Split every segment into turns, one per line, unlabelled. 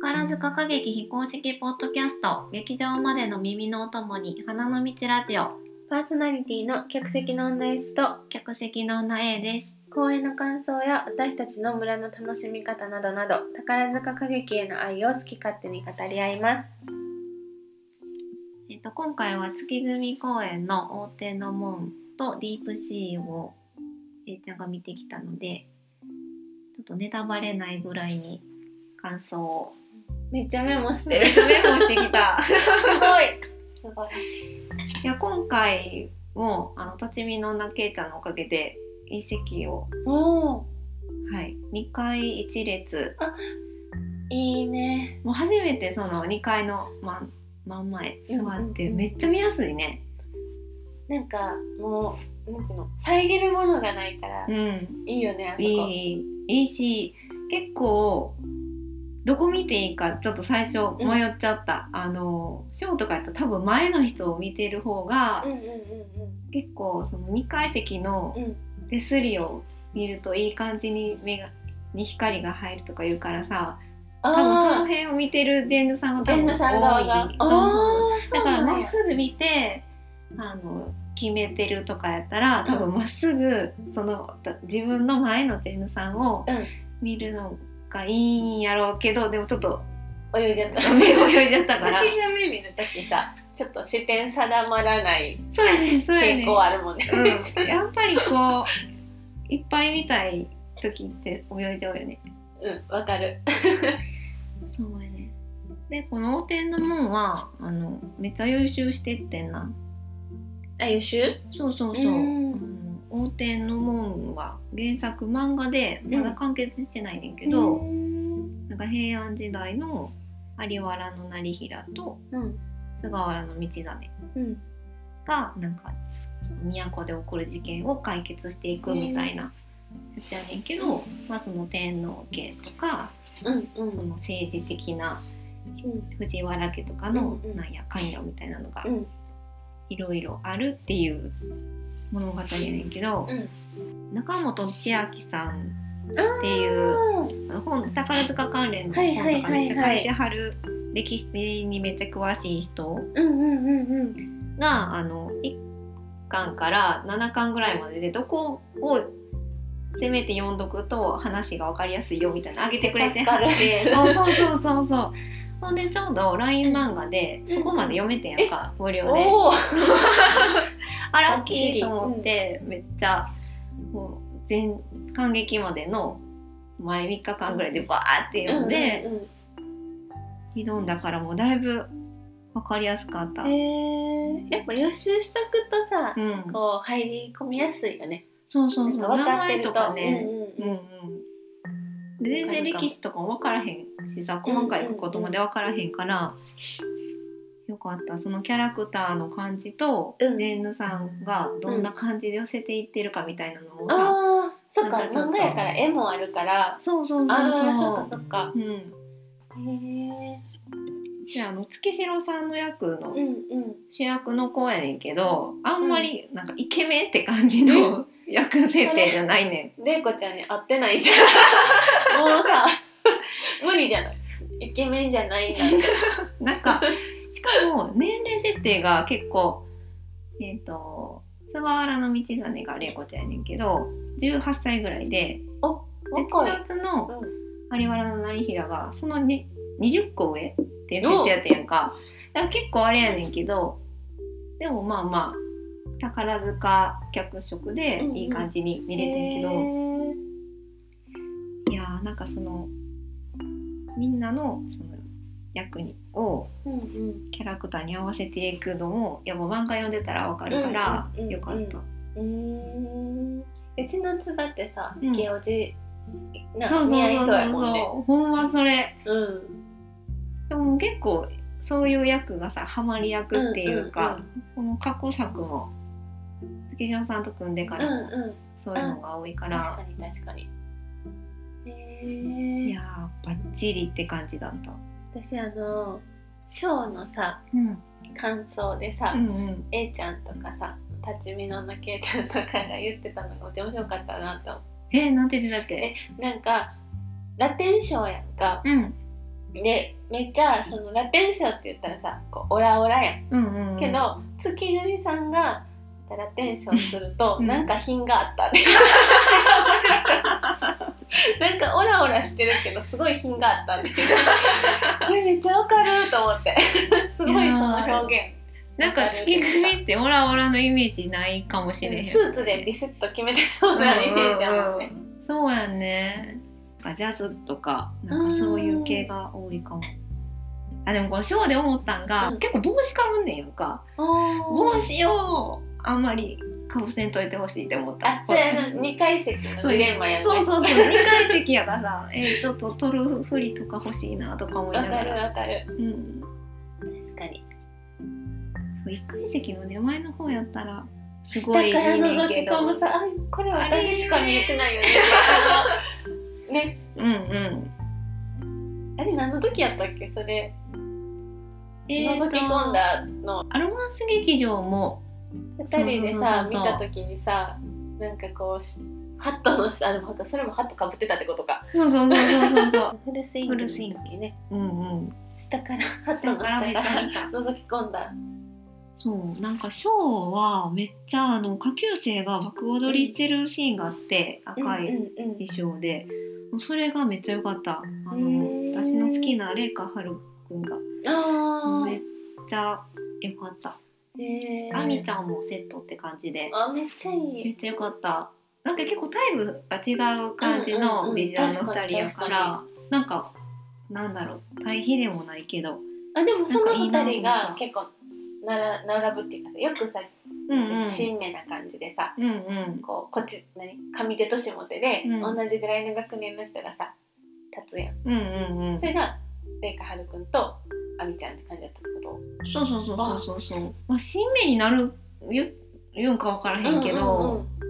貝塚歌劇非公式ポッドキャスト劇場までの耳のお供に花の道ラジオ
パーソナリティの客席の女 S と
客席の女 A です
公演の感想や私たちの村の楽しみ方などなど宝塚歌劇への愛を好き勝手に語り合います
えっと今回は月組公演の大手の門とディープシーを A ちゃんが見てきたのでちょっとネタバレないぐらいに感想を
めっちゃメモして
メ
るす
モしてきた
ごい素晴らしい
いや今回もあの立ち見の女 K ちゃんのおかげで一席を
おお
はい2回1列
いいね
もう初めてその2階の真真ん前座って、
うんうんうん
めっちゃ見やすいね。
なんかもうなんていうの遮るものがないから、
うん、
いいよねあそこ
いいいいし結構どこ見ていいかちょっと最初迷っちゃった、あのショーとかやったら多分前の人を見てる方が、
うんうんう
結構その2階席の
んうんうん
手すりを見るといい感じに目がに光が入るとか言うからさ多分その
あ
辺を見てるジェンヌさんが
ー
多
ジェン
分多
ヌ
い
さん側が
そうそうそう
あー
だから
そうな
ま
ん
っ
や
すぐ見てあの決めてるとかやったら多分まっすぐそのた自分の前のジェンさんを
うん
見るのがいいんやろうけどでもちょっと
泳いじゃ った
目泳いじゃったから
先が目見るときさちょっと視点定まらない
そうやねそうや
傾
ね、
向あるもんね、
うん、やっぱりこういっぱい見たい時って泳いじゃうよね
うんわかる
そうやねでこの「お天の門は」あのめっちゃ優秀してってんな
あ優秀
そうそうそう。
う
あ
ん
の王天の門は原作漫画でまだ完結してないねんけど、
うん
なんか平安時代の有原の成平と
うん
菅原の道真
うん
がなんかその都で起こる事件を解決していくみたいなやつやねんけど、まあ、その天皇家とか、
うんう
そ
ん
の政治的な藤原家とかの
うんうん
なんやかんやみたいなのが
うん
いろいろあるっていう物語やねんけど、中本千秋さんっていうあの本宝塚関連の本とかめっちゃ書いてはる歴史にめっちゃ詳しい人
うんうんうんうん
があの1巻から7巻ぐらいまででどこをせめて読んどくと話が分かりやすいよみたいなのあげてくれてはって
助か
そうそうそうそうそうほんでちょうど LINE 漫画でそこまで読めてんやんか無料で。
おお
あらっきーと思って、めっちゃもう全感激までの前3日間ぐらいでバーって読んで、挑んだからもうだいぶ分かりやすかった。
へえやっぱ予習しとくとさ
う、ん、
こう入り込みやすいよね
そうそうそう
なん
名
か分かって
前
ると
とかね、
う
うんん
うん
うんで全然歴史とかも分からへんしさ細かいことまで分からへんから、よかったそのキャラクターの感じと、
うん
ジェンヌさんがどんな感じで寄せていってるかみたいなのもさ、
あーそっか
なんかちょっと
漫画やから絵もあるから
そうそうそう
あー
そ
そうっかそっか
うん、
へえ
であの月城さんの役の
うんうん
主役の子やねんけど、あんまりなんかイケメンって感じの役設定じゃないね
玲子ちゃんに合ってないじゃんもうさ 無理じゃないイケメンじゃないんだって
ん。なん かしかも年齢設定が結構えっ、と菅原道真が玲子ちゃんやねんけど18歳ぐらいでで
若い
1月の
う
有原の成平がその、ね、20個上っていう設定やったやんかだから結構あれやねんけどでもまあまあ宝塚客色でいい感じに見れてんけど、
へ
いやーなんかそのみんなのその役にを
ーうんうん
キャラクターに合わせていくのもいやもう漫画読んでたらわかるから、
うんうんうんうん
よかった、
うーんうちの津だってさ、
うん
ゲオジな
そうそう
似合い
そう
そ
そうう
や
そ
も
うん
ね。
ほんまそれ
うん。
でも結構そういう役がさハマり役っていうか、この過去作も月島さんと組んでか
うん
らも
うん。
そういうのが多いから、
確かに確かに。へ
い
え
やーバッチリって感じだった、
私あのショーのさ
うん、
感想でさ、
うんうん
A ちゃんとかさ立ち見の女 K ちゃんとかが言ってたのがめっちゃ面白かったなと思
えー、なんて言ってたっけ
う。なんかラテンショーやんか。
うん
でめっちゃそのラテン賞って言ったらさこうオラオラやん
うんうんうん
けど月組さんがラテン賞すると、
うん
なんか品があったって なんかオラオラしてるけどすごい品があったってえめっちゃわかると思ってすごいその表現
なんか月組ってオラオラのイメージないかもしれへん
スーツでビシッと決めてそうなイメージやもんね、
うんうんうんそうやねなんかジャズとかなんかそういう系が多いかもあでもこのショーで思ったんが、
うん
結構帽子かぶんねんやんか帽子をあんまりかぶせんといてほしいって思った
あそうやな二階席のジレンマやね
そうそうそう2階席やからさ えっ、とと取るふりとか欲しいなとか思い
わ
な
か
が
る
ら、
わかる
うん、
確かに
1階席のね前の方やったらす
下
ご
か
いいい
ら
ね
覗
んけ
き
ど
込むさあこれ私しか見えてないよねあのね
うんうん
あれ何の時やったっけそれ、
ーと
覗き込んだの
アロマンス劇場も
2人で
そうそう
さ
そうそう
見た時にさなんかこうしハットの下あでもそれもハットかぶってたってことか
そうそうそうそうそうそう
フルスイングの時ね
うんうん
下からハット
下
の
からめ
下
っ
か
ちゃ
ら
見た
覗き込んだ
そうなんかショーはめっちゃあの下級生が爆踊りしてるシーンがあって赤
うん
い
うんうん
衣装でもうそれがめっちゃ良かったあ
へー
の私の好きな麗華春くんが
あ
めっちゃ良かった
ーへー
あみちゃんもセットって感じで
あめっちゃい
め
い
っちゃ良かったなんか結構タイプが違う感じ
うんうんう
の
ん
ビジュアルの2人や
確
か
かに
らなんかなんだろう対比でもないけど
あでもその
なん
2
かい
人
いなと
が
思った
結構なら並ぶっていうかさよくさ
うんうん
新芽な感じでさ
うんうん
こうこっち何上手と下手で、
うん
同じぐらいの学年の人がさ立つやん
うんうんうん
それが麗華はるくんとあみちゃんって感じだったってこ
そうそうそうそうそうそう。まあ新名になる言言うんかわから
と
へんけど、
うんうん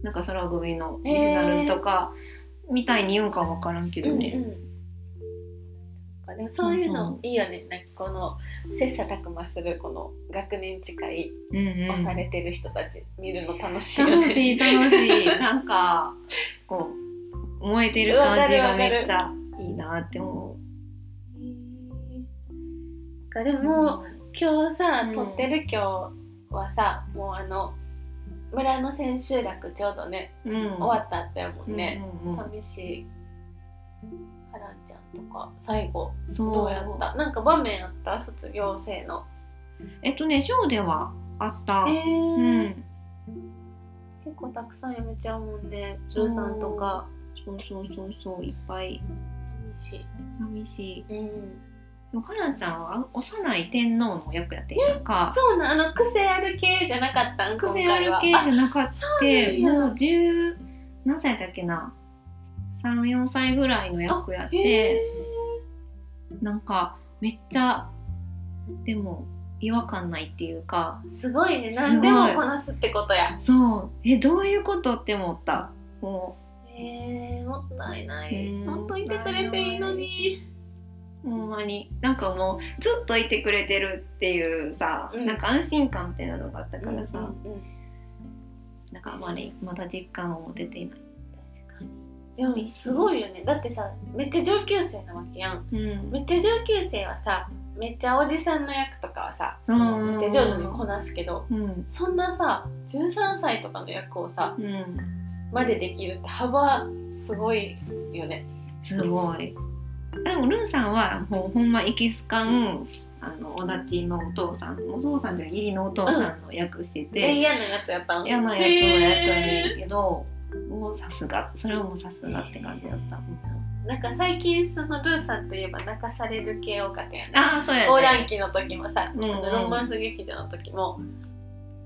なんか空組のオリジナルとかみたいに言うんかわからんけ
う
ど
ん
ね。
うんでもそういう
うん
の
う
いいよね、なんかこの切磋琢磨するこの学年近い
うんうん。
押されてる人たち見るの楽しいよね、
楽しい楽しい。なんかこう燃えてる感じがめっちゃいいなって思
なんかで
う。
も今日さ
うん
撮ってる今日はさもうあの村の千秋楽ちょうどね
うん、うん、
終わったってもんね、
うんうんうん
寂しい。ハランちゃんとか最後
そう
どうやったなんか場面あった卒業生の。
えっとねショーではあった。
えー
うん。
結構たくさんやめちゃうもんね。
そう
13とか
そうそうそうそういっぱい
寂し
寂しい。
い。うん。
でもかなちゃんは幼い天皇の役やってんやんか。
そうなんあの癖ある系じゃなかったん今
癖あ
回
る
は。
系じゃなかっ
そう
た
なんや
もう10何歳だっけな34歳ぐらいの役やっ
あへ
てなんかめっちゃでも違和感ないっていうか
ーすごいね。何でもこなすってことや。
そうえどういうことって思ったも
えー、もったいな
う
い。
ん
ほんといてくれていいのに。
うほんまになんかもうずっといてくれてるっていうさ、
うん
なんか安心感みたいなのがあったからさ、
うんうん
なんかあまりまだ実感を持てていない。
確かに。でもすごいよね。だってさめっちゃ上級生なわけやん。
うん
めっちゃ上級生はさめっちゃおじさんの役とかはさ
うん
めっちゃ上手にこなすけど
うん
そんなさ13歳とかの役をさ
うん、
までできるって幅すごいよね。
すごい。でもルンさんはもうほんまエキスカンあのおだちのお父さんお父さんじゃない義理のお父さんの役して
で
て、
嫌なやつやったん
嫌なやつをやったん
へ
やけど、もうさすがそれはもうさすがって感じだった。
ーなんか最近そのルーさんといえば泣かされる系多かったやん、ね。
ああそうやね。
オーランキの時もさ、
うんうん
ロンマンス劇場の時も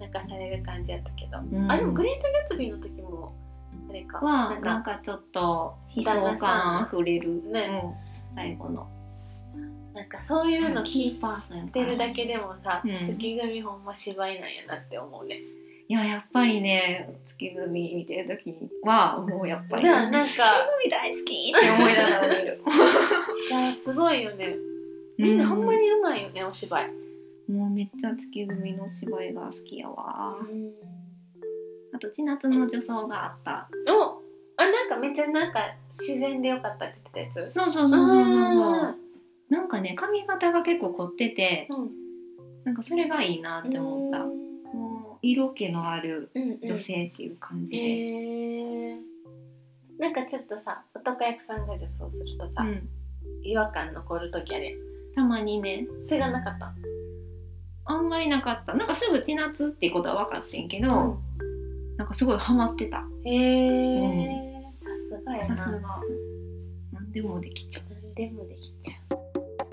泣かされる感じやったけど、
うん
あでもグレート・ギャツビーの時もあれか
は
か
なんかちょっと悲壮感あふれる、
ね
うん最後の
なんかそういうの聞い
キーパーさんやか
て
ら
るだけでもさ、
うん
月組ほんま芝居なんやなって思うね。
いややっぱりね月組見てる時はもうやっぱり
ななんか
月組大好きって思いながら見る。
いやすごいよね。みん なほんまにうまいよねお芝居。
もうめっちゃ月組の芝居が好きやわ
うん
あと千夏の女装があった
おあなんかめっちゃなんか自然でよかったって言ってたやつ。
そうそうそうそうそう
あ
なんかね髪型が結構凝ってて
うん
なんかそれがいいなって思った、
うん
もう色気のある
うん
女性っていう感じで、
へえなんかちょっとさ男役さんが女装するとさ、
うん
違和感残る時あれ
たまにね
それがなかった
あんまりなかったなんかすぐ千夏っていうことは分かってんけど、なんかすごいハマってた
へえさすがや
さ
な
すが何でもできちゃ
何でもできちゃう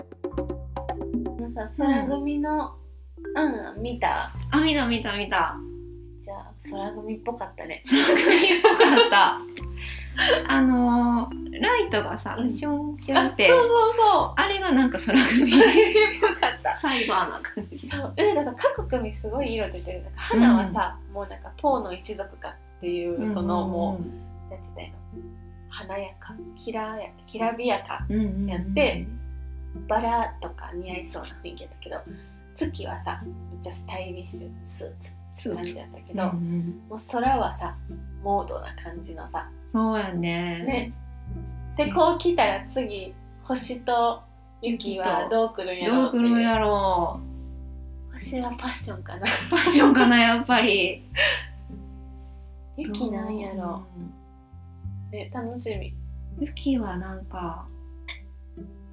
あのさ空組のアンアン見た
うあ見た見た見た
じゃあ空組っぽかったね
よかったあのーライトがさ、
うん
シュンシュン
あ
っ
そう
て
そうそ
あれがなんか空組
う空組っぽかった
サイバーな感じ
そうえなんかさ各組すごい色出てるなんか花はさ、もうなんかポーの一族かっていうそのもうなんて言ったらいいの華やかきらやきらびやか
うん、うんうんうん
やってバラとか似合いそうな雰囲気だったけど月はさめっちゃスタイリッシュスーツ
そ
っ
う
て感じだったけ
うん
ど、
うん
もう空はさモードな感じのさ
そうやね
ねでこう来たら次星と雪はどう来るんやろ
ど
う
う
って
く
いう
るんやろ
星はパッションかな
うパッションかなやっぱり
雪なんやろ
う
う、ね、楽しみ
ユキはなんか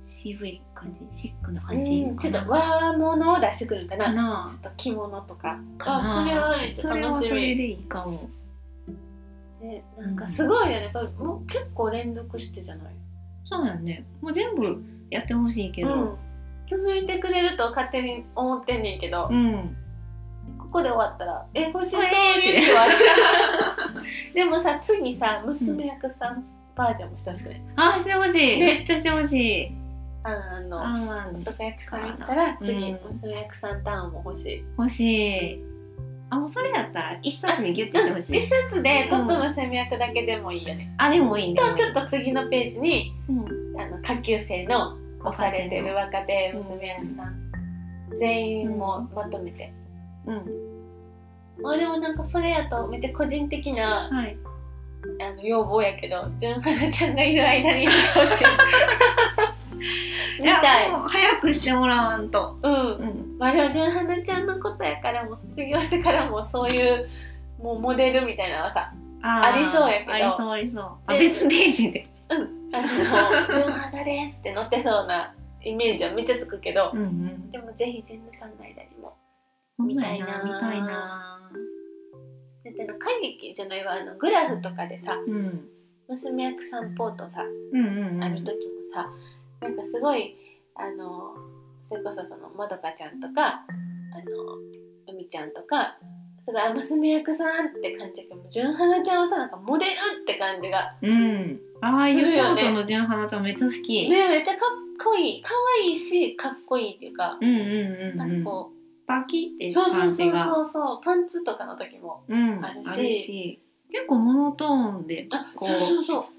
渋い感じシックな感じ
うんち
かな
ょっと和物を出してくるんかな
か
ちょ
な
っと着物とか
かな
あそれはめっち
そ
ゃ
れは
楽
そ
しみ
れでいいかも
ね、なんかすごいよね、これもう結構連続してじゃない
そうやねもう全部やってほしいけど
ん、続いてくれると勝手に思ってんねんけど、
うん
ここで終わったら「え星と
えー
雪
って
は でもさ次さ娘役さんバージョンもしてほしくない、
あーしてほしい
ね
めっちゃしてほしい
あんあん
あ
の
ー
男役さんやったら次
うん
娘役さんターンも欲しい、
欲しいあもうそれやったら一冊にギュッてしてほし
一
い
冊でトップ娘役だけでもいいよね、
あでもいいね
とちょっと次のページに
うん
あの下級生の押されてる若手娘役さん、全員もまとめ
う
て、
ん
まあでもなんかそれやとめっちゃ個人的な
はい
あの要望やけど純花ちゃんがいる間にやってほしい
い
みたい
やもう早くしてもらわんと
う
うんん
まあでも純花ちゃんのことやからもう卒業してからもそういうもうモデルみたいなのはさ
あー
ありそうやけど
ありそうありそうあ
で
別ページで
あの純花ですって載ってそうなイメージはめっちゃつくけど
うんうん
でもぜひ純花さんの間にも
みたいな
み
み
た
た
い
い
な
な
だってあの歌劇じゃないわあのグラフとかでさ
うん
娘役さんポートさ
うんうんうん
ある時もさなんかすごいあのそれこそそのまどかちゃんとかあのうみちゃんとかすごいあ娘役さんって感じだけどもう純花ちゃんはさなんかモデルって感じが
うんああい
す
う
るよ
コ
ね
ートの純花ちゃんめっちゃ好き、
ねめっちゃかっこいい可愛いしかっこいいっていうか
うんうんう
な
ん
んか
うん
こ
パキって
うそうそ
感
う
じ
そう
が
そうそうパンツとかの時も
うん
あるし
あるし結構モノトーンで
あ
こ
そううそうそ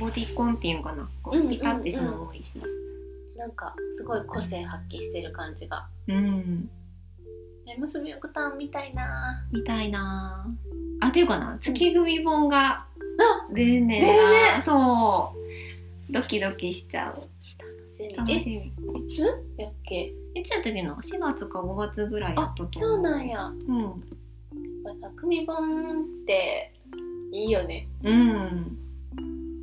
ボディコンっていうのかなこ
うんう
う
んうん
ピタってしたのも多いし
うなんかすごい個性発揮してる感じが、
うん
ね、娘役さんみたいな
みたいなあっていうかな月組本が出んねん
出る
な、そうドキドキしちゃう
楽し
楽
み
しみ
えいつやっけ
えちゃ時の4月か5月ぐらいや
あ
ったと
そ
思
うなんや
うん
やっぱ組本っていいよね。
うん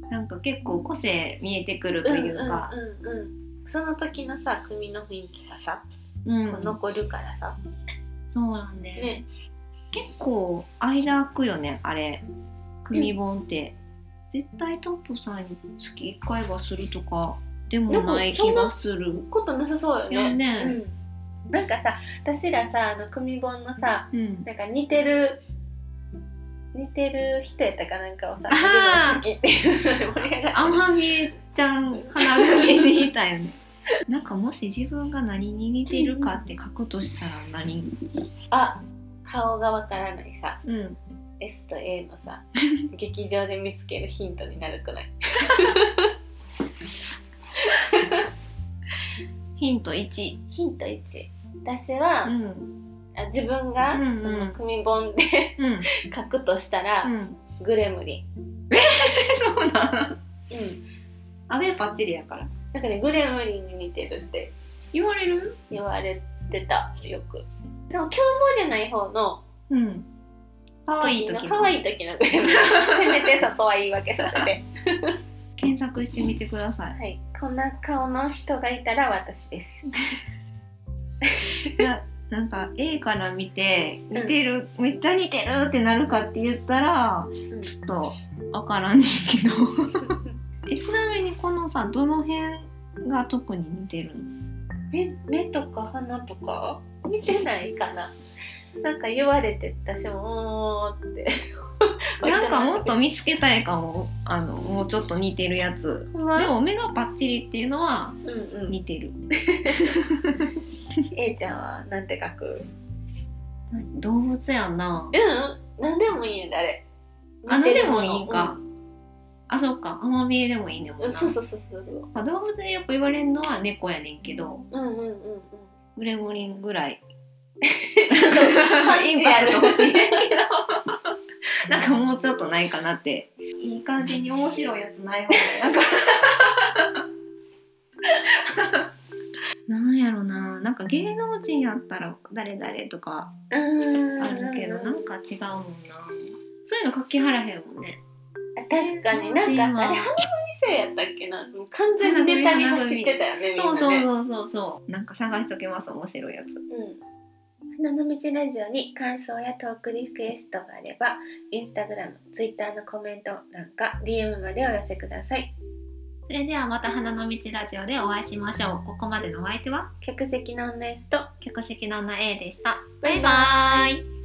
なんか結構個性見えてくるというか、
うんうんうんうん、その時のさ組の雰囲気がさ、
うん
こう残るからさ、
そうなんだよね
ね、
結構間空くよねあれ組本って、絶対トップさんに月1回はするとかでもない気がする
ことなさそうよね。
よね
うん、なんかさ私らさあの組本のさ
うん
なんか似てる似てる人やったかなんかをさ
あー
見るの好きっていう盛り上がっ
天海ちゃん花組にいたよねなんかもし自分が何に似てるかって書くとしたら何
あ顔がわからないさ
うん
S と A の さ劇場で見つけるヒントになるくない
ヒント1
ヒント1私は、
うん
あ自分が、
うんうん
その組本で
うん
書くとしたら、
うん
グレムリン、
そうなん
うん、
あれパッチリやから
なんかねグレムリンに似てるって
言われる
言われてたよくでも凶暴じゃない方の
うん可愛い時
可愛い時のグレムリンせめてそこは言い訳させ て
検索してみてください
はいこんな顔の人がいたら私です
ななんか A から見て似てる、めっちゃ似てるってなるかって言ったら、
ん
ちょっと分からんねんけど えちなみにこのさどの辺が特に似てるの
目目とか鼻とか見てないかななんか言われて私もうーんって
なんかもっと見つけたいかもあのもうちょっと似てるやつ
ほん ま
でも目がパッチリっていうのは
うんうん
似てる
A ちゃんはなんて書く
動物やな
うん何でもいいねあれ
あ何でもいいか、あそっかアマビエでもいいねん
う
もん
ん、うん
な
そうそうそうそうそう
まあ動物でよく言われるのは猫やねんけど
うんうんうんうん
グレモリンぐらい
ちょっとパン
イン
チ
パ
あ
ク
る
ト欲しいねんけどなんかもうちょっとないかなっていい感じに面白いやつない方がなんかなんやろななんか芸能人やったら誰々とか
うーん
あるけどなんか違うもんなそういうの書きはらへんもんね
あ確かになんか
うん
あれ浜口生やったっけなもう完全にネタに走ってたよねみんなね
そうそうそうそうそうなんか探しときます面白いやつ
うん。花の道ラジオに感想やトークリクエストがあれば、インスタグラム、ツイッターのコメントなんか DM までお寄せください。
それではまた花の道ラジオでお会いしましょうここまでのお相手は
客席の女 S と
客席の女 A でした
バイバー
バ
イ
イバーイ